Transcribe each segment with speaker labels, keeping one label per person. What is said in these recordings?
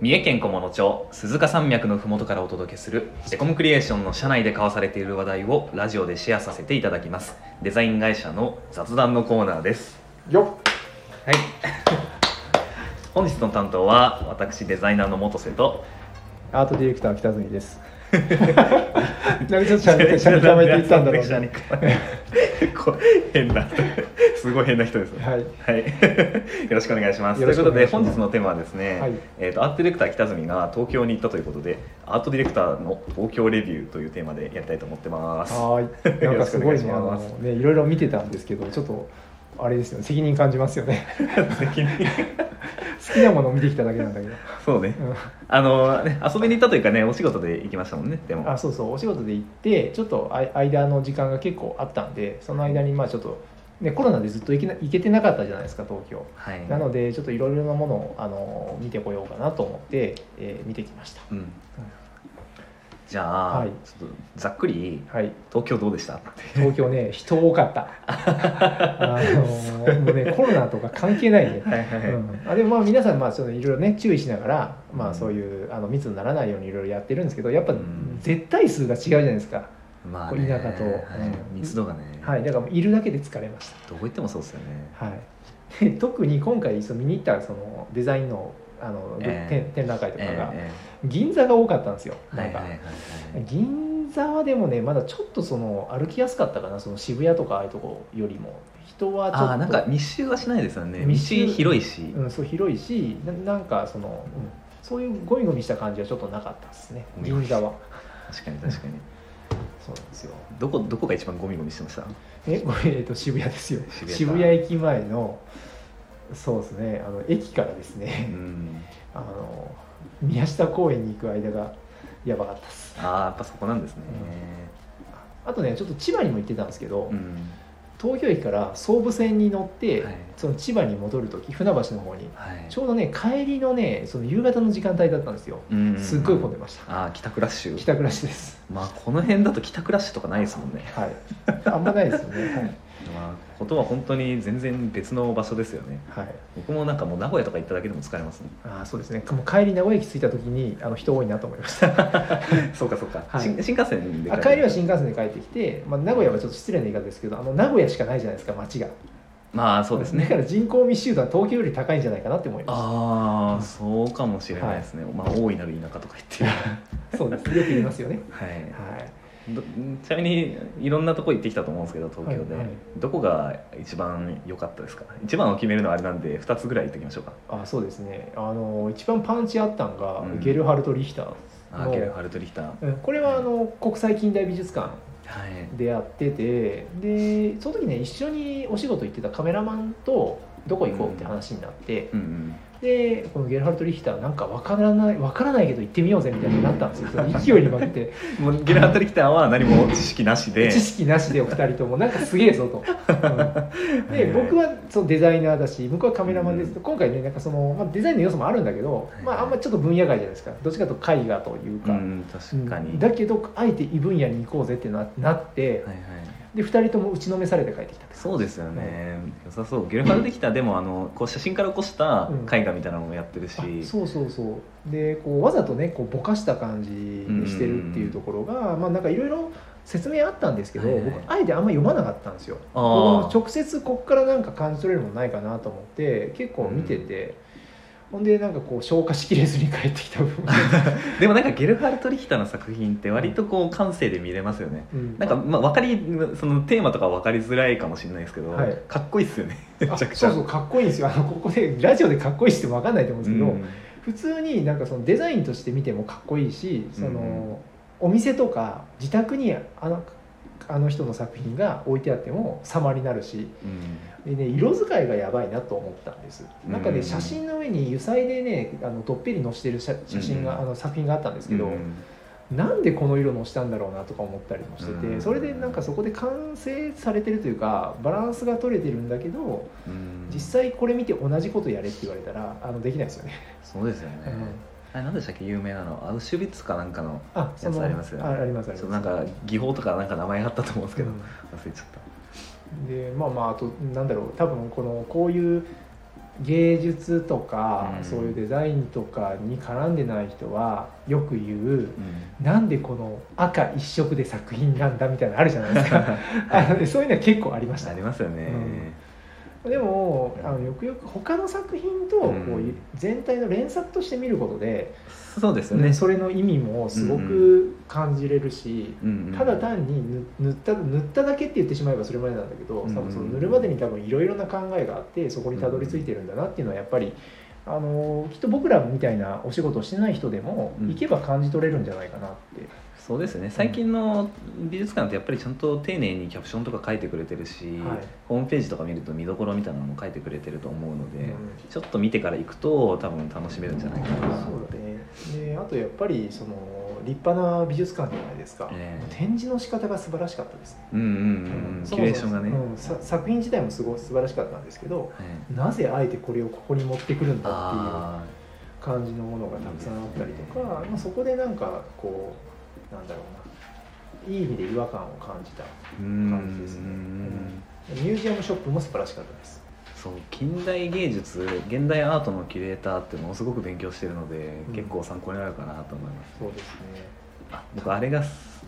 Speaker 1: 三重県菰野町鈴鹿山脈のふもとからお届けするデコムクリエーションの社内で交わされている話題をラジオでシェアさせていただきますデザイン会社の雑談のコーナーです
Speaker 2: よ
Speaker 1: はい 本日の担当は私デザイナーの元瀬と
Speaker 2: っアートディレクター北角です なんでちょっとしゃべしゃべって言ってたんだろう
Speaker 1: シャニ
Speaker 2: ね
Speaker 1: カマこう変なすごい変な人ですね
Speaker 2: はい
Speaker 1: はい、よろしくお願いします。とい
Speaker 2: よろ
Speaker 1: う
Speaker 2: しく
Speaker 1: こ
Speaker 2: お
Speaker 1: と
Speaker 2: 願
Speaker 1: で
Speaker 2: いします
Speaker 1: 本日のテーマはですね、
Speaker 2: はい
Speaker 1: えー、とアートディレクター北角が東京に行ったということでアートディレクターの東京レビューというテーマでやりたいと思ってます。
Speaker 2: はーいなんかすごいね
Speaker 1: よ
Speaker 2: あ
Speaker 1: ろ
Speaker 2: の
Speaker 1: しくお願いします
Speaker 2: ねいろいろ見てたんですけどちょっとあれですよね責任感じますよ ね
Speaker 1: 責任
Speaker 2: 好きなものを見てきただけなんだけど、
Speaker 1: そうね。
Speaker 2: う
Speaker 1: あのね遊びに行ったというかねお仕事で行きましたもんねで
Speaker 2: ん、
Speaker 1: も。
Speaker 2: あそうそうお仕事で行ってちょっとあい間の時間が結構あったんでその間にまあちょっと、ね、コロナでずっと行けな行けてなかったじゃないですか東京
Speaker 1: はい。
Speaker 2: なのでちょっといろいろなものをあの見てこようかなと思って、えー見てきました
Speaker 1: うん。じゃあ、
Speaker 2: はい
Speaker 1: ちょっとざっくり
Speaker 2: はい
Speaker 1: 東京どうでした？
Speaker 2: 東京ね人多かったあのーもうねコロナとか関係ないね、
Speaker 1: はいは
Speaker 2: うん、あでもまあ皆さんまあそのいろいろね注意しながら、まあ、そういうあの密にならないようにいろいろやってるんですけどやっぱ
Speaker 1: うん
Speaker 2: 絶対数が違うじゃないですか、
Speaker 1: まあ、
Speaker 2: こ
Speaker 1: ね、
Speaker 2: う田舎と
Speaker 1: はい
Speaker 2: うん
Speaker 1: 密度がね、
Speaker 2: はい、だからもういるだけで疲れまし
Speaker 1: どこ行ってもそうですよね。
Speaker 2: た、はい、で特に今回その見に行ったそのデザインのあの、
Speaker 1: ええ
Speaker 2: 展展覧会とかが
Speaker 1: え
Speaker 2: 銀座が多かったんですよ
Speaker 1: え
Speaker 2: なんか、
Speaker 1: はいはいはいはい
Speaker 2: 銀座はでもねまだちょっとその歩きやすかったかなその渋谷とかああいうとこよりも人はちょっ
Speaker 1: あ
Speaker 2: と
Speaker 1: ーなんか密集はしないですよね道
Speaker 2: 密集
Speaker 1: 広いし、
Speaker 2: うん、そう広いしななんかその、うんそういうゴミゴミした感じはちょっとなかったですね
Speaker 1: ゴミゴミ
Speaker 2: 銀座は
Speaker 1: 確かに確かに
Speaker 2: そうなんですよ
Speaker 1: どこどこが一番ゴミゴミしてました
Speaker 2: えこれ、えっと、渋谷ですよ
Speaker 1: 渋谷
Speaker 2: 渋
Speaker 1: か
Speaker 2: 谷駅前のそうですねあの駅からです
Speaker 1: う
Speaker 2: ね、
Speaker 1: ん
Speaker 2: あの宮下公園に行く間がやばかったです
Speaker 1: ああやっぱそこなんですね
Speaker 2: あとねちょっと千葉にも行ってたんですけど、
Speaker 1: うん
Speaker 2: 東京駅から総武線に乗って、
Speaker 1: はい
Speaker 2: その千葉に戻る時船橋の方に
Speaker 1: はい
Speaker 2: ちょうどね帰りのねその夕方の時間帯だったんですよ
Speaker 1: うん
Speaker 2: すっごい混んでました
Speaker 1: ああ帰宅ラッシ
Speaker 2: 帰
Speaker 1: ュ
Speaker 2: 宅ラッシュです
Speaker 1: まあこの辺だと帰宅ラッシュとかないですもんね
Speaker 2: はいあんまないですよね
Speaker 1: まあことは本当に全然別の場所ですよね
Speaker 2: はい、はい、
Speaker 1: 僕もなんかもう名古屋とか行っただけでも疲れますね
Speaker 2: あーそうですねもう帰り名古屋駅着いた時にあの人多いなと思いました
Speaker 1: そうかそうか、
Speaker 2: はい
Speaker 1: 新新幹線で
Speaker 2: あ帰りは新幹線で帰ってきて、まあ、名古屋はちょっと失礼な言い方ですけどあの名古屋しかないじゃないですか街が
Speaker 1: まあそうです
Speaker 2: だか
Speaker 1: ね
Speaker 2: ら人口密集度は東京より高いんじゃないかなって思いま
Speaker 1: ああそうかもしれないですね、まあ大いなる田舎とか言ってる
Speaker 2: すそうですよく言いますよね
Speaker 1: はい
Speaker 2: はい
Speaker 1: どちなみにいろんなとこ行ってきたと思うんですけど東京で、
Speaker 2: はいはい
Speaker 1: どこが一番良かったですか一番を決めるのはあれなんで2つぐらい言っておきましょうか
Speaker 2: あそうですねあの一番パンチあったんが、
Speaker 1: うん
Speaker 2: ゲルハルト・リヒター
Speaker 1: あ
Speaker 2: の
Speaker 1: ゲルハルト・リヒターは
Speaker 2: うんこれはあの国際近代美術館
Speaker 1: い
Speaker 2: でやっててでその時ね一緒にお仕事行ってたカメラマンとどこ行こうって話になって、
Speaker 1: うんうん
Speaker 2: でこのゲルハルト・リヒターなんかわからないわからないけど行ってみようぜみたいになったんですよその勢いに負けて
Speaker 1: もうゲルハルト・リヒターは何も知識なしで
Speaker 2: 知識なしでお二人ともなんかすげえぞと、うんで僕はそのデザイナーだし僕はカメラマンです、
Speaker 1: う
Speaker 2: 今回ねなんかその、まあ、デザインの要素もあるんだけど、まあ、あんまちょっと分野外じゃないですかどっちかというと絵画という
Speaker 1: う
Speaker 2: か、
Speaker 1: ん確かに、
Speaker 2: うんだけどあえて異分野に行こうぜってななっ
Speaker 1: は
Speaker 2: て、
Speaker 1: いはい
Speaker 2: で2人とも打ちのめされて帰ってきたんです
Speaker 1: そうですよね、良さそうゲルハルト・リヒターでもあのこう写真から起こした絵画みたいなのもやってるし、
Speaker 2: あそうそうそうでこうわざとねこうぼかした感じにしてるっていうところが、まあなんかいろいろ説明あったんですけど、
Speaker 1: はいはい
Speaker 2: 僕あえてあんま読まなかったんですよ
Speaker 1: あ
Speaker 2: 僕も
Speaker 1: ー
Speaker 2: 直接こっからなんか感じ取れるものないかなと思って結構見てて、ほんでなんかこう消化しきれずに帰ってきた部 分、
Speaker 1: でもなんかゲルハルト・リヒターの作品って割とこう感性で見れますよね
Speaker 2: うん
Speaker 1: なんか、まあ、分かりそのテーマとかは分かりづらいかもしれないですけど、
Speaker 2: はい
Speaker 1: かっこいいっすよね め
Speaker 2: あ
Speaker 1: ちゃくち
Speaker 2: そ
Speaker 1: ゃ
Speaker 2: うそうかっこいいんですよあのここでラジオでかっこいいってわかんないと思うんですけど、
Speaker 1: うん
Speaker 2: 普通になんかそのデザインとして見てもかっこいいしその、
Speaker 1: うん
Speaker 2: お店とか自宅にあのあの人の作品が置いてあっても様になるし
Speaker 1: うん
Speaker 2: で、ね、色使いがやばいなと思ったんです
Speaker 1: うん
Speaker 2: なんかね写真の上に油彩でねあのどっぺり載してる写写真が、
Speaker 1: うん
Speaker 2: あの作品があったんですけど、
Speaker 1: うん
Speaker 2: なんでこの色のしたんだろうなとか思ったりもしてて、
Speaker 1: うん
Speaker 2: それでなんかそこで完成されてるというかバランスが取れてるんだけど
Speaker 1: うん
Speaker 2: 実際これ見て同じことやれって言われたらあのできないですよね。
Speaker 1: そうですよね、
Speaker 2: うん
Speaker 1: あれ何でしたっけ有名なのアウシュビッツかなんかの
Speaker 2: あ、
Speaker 1: やつありますよね
Speaker 2: あありますあり
Speaker 1: そ
Speaker 2: ま
Speaker 1: う
Speaker 2: す。
Speaker 1: なんか技法とかなんか名前があったと思うんですけど、
Speaker 2: うん
Speaker 1: 忘れちゃった
Speaker 2: でまあまああとなんだろう多分このこういう芸術とか、
Speaker 1: うん
Speaker 2: そういうデザインとかに絡んでない人はよく言う
Speaker 1: うん
Speaker 2: なんでこの赤一色で作品なんだみたいなのあるじゃない ですかあのねそういうのは結構ありました
Speaker 1: あり
Speaker 2: ね
Speaker 1: ますよね、
Speaker 2: うんでもあのよくよく他の作品とこ
Speaker 1: う
Speaker 2: うん全体の連作として見ることで、
Speaker 1: そうですよね、
Speaker 2: それの意味もすごく感じれるし、
Speaker 1: うんうん
Speaker 2: ただ単に塗塗った塗っただけって言ってしまえばそれまでなんだけど、
Speaker 1: うん
Speaker 2: 多分その塗るまでに多分いろいろな考えがあってそこにたどり着いてるんだなっていうのはやっぱり。あのきっと僕らみたいなお仕事をしてない人でも
Speaker 1: うん
Speaker 2: 行けば感じ取れるんじゃないかなって、
Speaker 1: そうですね最近の美術館ってやっぱりちゃんと丁寧にキャプションとか書いてくれてるし、
Speaker 2: はい
Speaker 1: ホームページとか見ると見どころみたいなのも書いてくれてると思うので、
Speaker 2: うん
Speaker 1: ちょっと見てから行くと多分楽しめるんじゃないかな
Speaker 2: そうだねであとやっぱりその立派な美術館じゃないですか、
Speaker 1: ええ
Speaker 2: 展示の仕方が素晴らしかったですね、
Speaker 1: うんうんうんキュレーションがね、
Speaker 2: そ
Speaker 1: は
Speaker 2: もそもうんさ作品自体もすごい素晴らしかったんですけど
Speaker 1: い
Speaker 2: なぜあえてこれをここに持ってくるんだっていう
Speaker 1: あ
Speaker 2: 感じのものがたくさんあったりとか、まあ、そこでなんかこうなんだろうないい意味で違和感を感じた
Speaker 1: ーう
Speaker 2: 感じですね
Speaker 1: ん
Speaker 2: ミュージアムショップも素晴らしかったです
Speaker 1: そう近代芸術現代アートのキュレーターってものすごく勉強してるので、
Speaker 2: うん
Speaker 1: 結構参考になるかなと思います
Speaker 2: そうですね
Speaker 1: あ僕あれが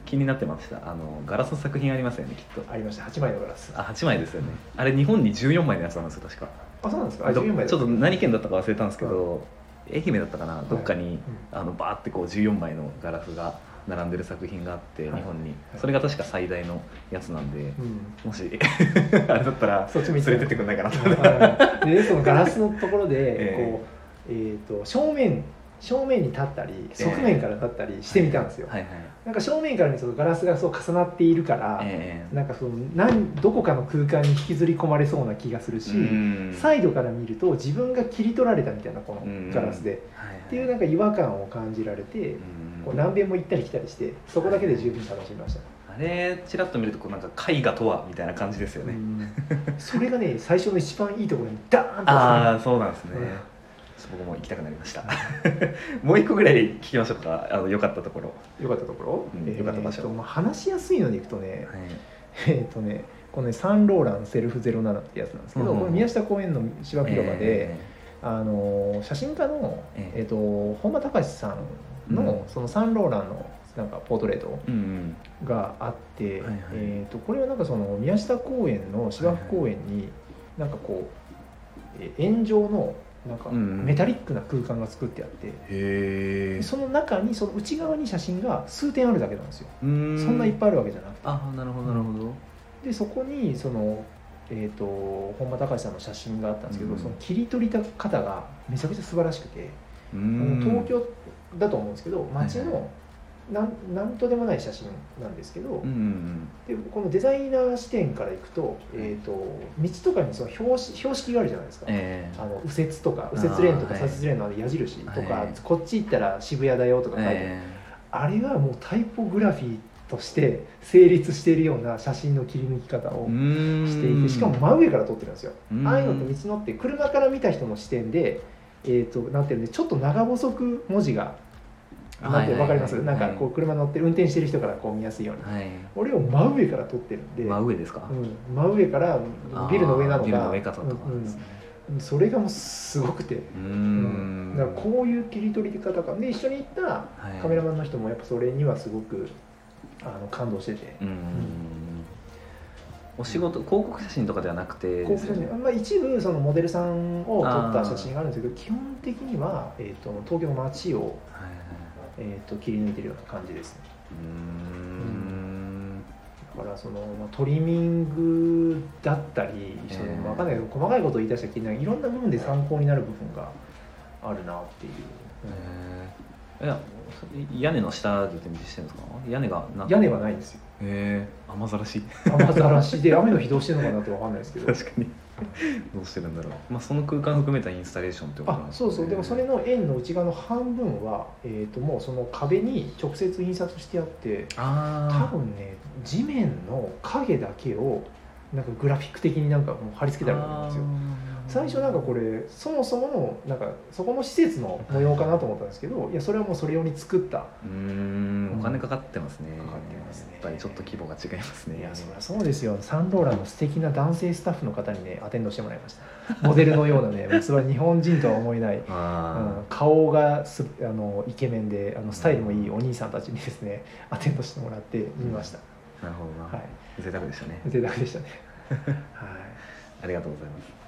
Speaker 1: 気になってましたあのガラスの作品ありますよねきっと
Speaker 2: ありました8枚のガラス
Speaker 1: あ8枚ですよねあれ日本に14枚のやつなんですよ確か
Speaker 2: あそうなんですかあ
Speaker 1: ど
Speaker 2: 14枚だ
Speaker 1: ちょっと何県だったか忘れたんですけど、愛媛だったかなどっかに、あのバーってこう14枚のガラスが並んでる作品があって
Speaker 2: はい
Speaker 1: 日本に
Speaker 2: はい
Speaker 1: それが確か最大のやつなんで
Speaker 2: うん、うん
Speaker 1: もし あれだったら
Speaker 2: そっち見
Speaker 1: 連れてってくんないかなと
Speaker 2: はいでそのガラスのところで
Speaker 1: ええ
Speaker 2: こう、えーと正面正面に立ったり
Speaker 1: ええ
Speaker 2: 側面から立ったりしてみたんですよ、
Speaker 1: はいはい
Speaker 2: なんか正面から見るとガラスがそう重なっているから、
Speaker 1: ええ
Speaker 2: なんかそのなんどこかの空間に引きずり込まれそうな気がするし、
Speaker 1: うん
Speaker 2: サイドから見ると自分が切り取られたみたいなこ
Speaker 1: うん
Speaker 2: のガラスで、
Speaker 1: はいはい
Speaker 2: っていうなんか違和感を感じられて、
Speaker 1: うん
Speaker 2: こう何遍も行ったり来たりしてそこだけで十分楽しみました、
Speaker 1: あれちらっと見るとこうなんか絵画とはみたいな感じですよね、
Speaker 2: うんそれがね最初の一番いいところにダーンと
Speaker 1: ああそうなんですね、
Speaker 2: うん
Speaker 1: ちょっと僕も行きたくなりました もう一個ぐらい聞きましょうかあの良かったところ、
Speaker 2: 良かったところ、
Speaker 1: うん
Speaker 2: えー
Speaker 1: 良かった場所
Speaker 2: えーとまあ、話しやすいのでいくとね
Speaker 1: はい
Speaker 2: えっ、とねこのねサンローランセルフ07ってやつなんですけど、
Speaker 1: うんうん
Speaker 2: これ宮下公園の芝広場で、
Speaker 1: え
Speaker 2: あのー写真家の、
Speaker 1: ええ
Speaker 2: えー、と本間隆さんの,、
Speaker 1: うん
Speaker 2: そのサンローランのなんかポートレート
Speaker 1: えうん
Speaker 2: があって、
Speaker 1: はいはい
Speaker 2: えー、とこれはなんかその宮下公園の芝生公園になんかこう、えー円状のなんか
Speaker 1: うんうん
Speaker 2: メタリックな空間が作ってあって、
Speaker 1: うんへえ
Speaker 2: その中にその内側に写真が数点あるだけなんですよ、
Speaker 1: そん
Speaker 2: そんないっぱいあるわけじゃなくて
Speaker 1: あなるほどなるほど
Speaker 2: でそこにその、えー、と本間隆さんの写真があったんですけど、
Speaker 1: うん
Speaker 2: その切り取り方がめちゃくちゃ素晴らしくて。
Speaker 1: う
Speaker 2: あ
Speaker 1: ん
Speaker 2: の東京だと思うんですけど街
Speaker 1: はい
Speaker 2: のなんなんとでもない写真なんですけど、
Speaker 1: うんうん
Speaker 2: でこのデザイナー視点からいくと,、えー、と道とかにその標識標識があるじゃないですか、
Speaker 1: え
Speaker 2: あの右折とか右折レーンとか
Speaker 1: あーは
Speaker 2: 左
Speaker 1: い
Speaker 2: 折レーンのあの矢印とか、
Speaker 1: はい
Speaker 2: こっち行ったら渋谷だよとか書いてある、
Speaker 1: え
Speaker 2: あれはもうタイポグラフィーとして成立しているような写真の切り抜き方を。
Speaker 1: ー
Speaker 2: していてしかも真上から撮ってるんですよ。
Speaker 1: うん
Speaker 2: ああいうのって道のって車から見た人の視点で、えー、となんていうんでちょっと長細く文字がなんていうのわかります、
Speaker 1: はいはいはい
Speaker 2: なんかこう車乗って運転してる人からこう見やすいように、
Speaker 1: はい
Speaker 2: 俺を真上から撮ってるんで、
Speaker 1: 真上ですか
Speaker 2: うん、真上から
Speaker 1: あー
Speaker 2: ビルの上なのか
Speaker 1: ビルの上かとか
Speaker 2: うん
Speaker 1: ですね
Speaker 2: うんそれがもうすごくて、
Speaker 1: う
Speaker 2: うん
Speaker 1: ん
Speaker 2: だからこういう切り取り方がで一緒に行った
Speaker 1: はい
Speaker 2: カメラマンの人もやっぱそれにはすごくあの感動してて。
Speaker 1: うんお仕事広告写真とかではなくて
Speaker 2: こう写真まあ、一部そのモデルさんを撮った写真があるんですけど基本的には、えー、と東京の街を、
Speaker 1: はいはい
Speaker 2: えー、と切り抜いてるような感じですね
Speaker 1: うーん
Speaker 2: だからその、まあ、トリミングだったりその
Speaker 1: えー
Speaker 2: 分かんないけど細かいことを言い出した気になるいろんな部分で参考になる部分があるなっていう、
Speaker 1: えーいや屋根の下で展示してるんですか屋根がな
Speaker 2: 屋根はないんですよ
Speaker 1: えー雨ざら し
Speaker 2: 雨ざら しで雨の日どうしてるのかなって分かんないですけど
Speaker 1: 確かにどうしてるんだろう、まあ、その空間含めたインスタレーションってことなん
Speaker 2: あ
Speaker 1: です
Speaker 2: そうそうでもそれの円の内側の半分は、えー、ともうその壁に直接印刷してあって多
Speaker 1: あ
Speaker 2: 分ね地面の影だけをなんかグラフィック的になんかもう貼り付けてあると思うんですよ最初なんかこれそもそものなんかそこの施設の模様かなと思ったんですけどいやそれはもうそれ用に作った
Speaker 1: うーんお金かかってますね
Speaker 2: かかってますね
Speaker 1: やっぱりちょっと規模が違いますね
Speaker 2: いやそりゃそうですよサンローランの素敵な男性スタッフの方にねアテンドしてもらいましたモデルのよう なねそれは日本人とは思えない、うん
Speaker 1: あ
Speaker 2: 顔がすあのイケメンであのスタイルもいいお兄さんたちにですねアテンドしてもらって見ました、
Speaker 1: あ、なるほどな、
Speaker 2: は
Speaker 1: 贅沢でしたね
Speaker 2: い贅沢で したねはい
Speaker 1: ありがとうございます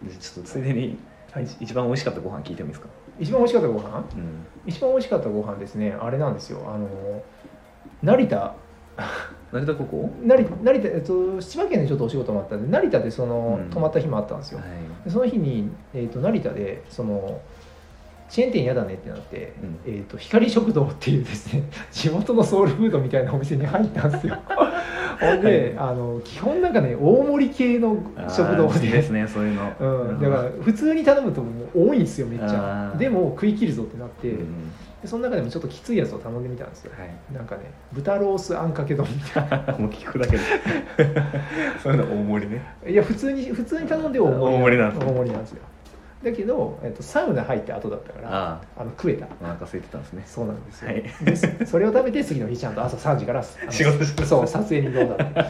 Speaker 1: でちょっとついでに、
Speaker 2: はい
Speaker 1: い一番美味しかったご飯聞いてもいいですか、
Speaker 2: 一番美味しかったご
Speaker 1: う
Speaker 2: 飯
Speaker 1: ん、
Speaker 2: 一番美味しかったご飯ですねあれなんですよあの成田
Speaker 1: 成田高校
Speaker 2: 成成田、えっと、千葉県でちょっとお仕事もあったんで成田でその、
Speaker 1: うん
Speaker 2: 泊まった日もあったんですよ、
Speaker 1: はい
Speaker 2: でその日に、えっと、成田でそのチェーン店嫌だねってなって、
Speaker 1: うん
Speaker 2: えっと光食堂っていうですね 地元のソウルフードみたいなお店に入った んですよほんで、あの基本なんかね大盛り系の食堂
Speaker 1: あー好き
Speaker 2: で
Speaker 1: ですねそういうの、
Speaker 2: うん、だから普通に頼むともう多いんですよめっちゃ
Speaker 1: あー
Speaker 2: でも食い切るぞってなって、
Speaker 1: うん
Speaker 2: でその中でもちょっときついやつを頼んでみたんですよ
Speaker 1: はい
Speaker 2: なんかね豚ロースあんかけ丼みたいな
Speaker 1: もう聞くだけで そういうの大盛りね
Speaker 2: いや普通に普通に頼んで大
Speaker 1: 大盛りなんですね
Speaker 2: 大盛りなんですよだけど、えっと、サウナ入って後だったから
Speaker 1: あ
Speaker 2: あの食えた
Speaker 1: あお腹空いてたんですね
Speaker 2: そうなんですよ、
Speaker 1: はい
Speaker 2: でそそれを食べて次の日ちゃんと朝3時からあの
Speaker 1: 仕事して
Speaker 2: そう撮影にどうだって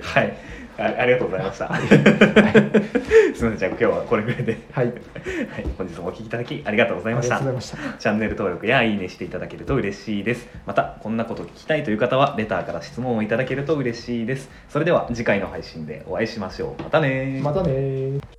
Speaker 1: はいあありがとうございました すみませんじゃあ今日はこれぐらいで、
Speaker 2: はいあ
Speaker 1: はい、本日もお聞きいただきありがとうございま
Speaker 2: りが
Speaker 1: し
Speaker 2: と
Speaker 1: た
Speaker 2: うございました
Speaker 1: チャンネル登録やいいねしていただけると嬉しいです。また、こんなこと聞きたいという方は、レターから質問をいただけると嬉しいです。それでは、次回の配信でお会いしましょう。またねー
Speaker 2: またねー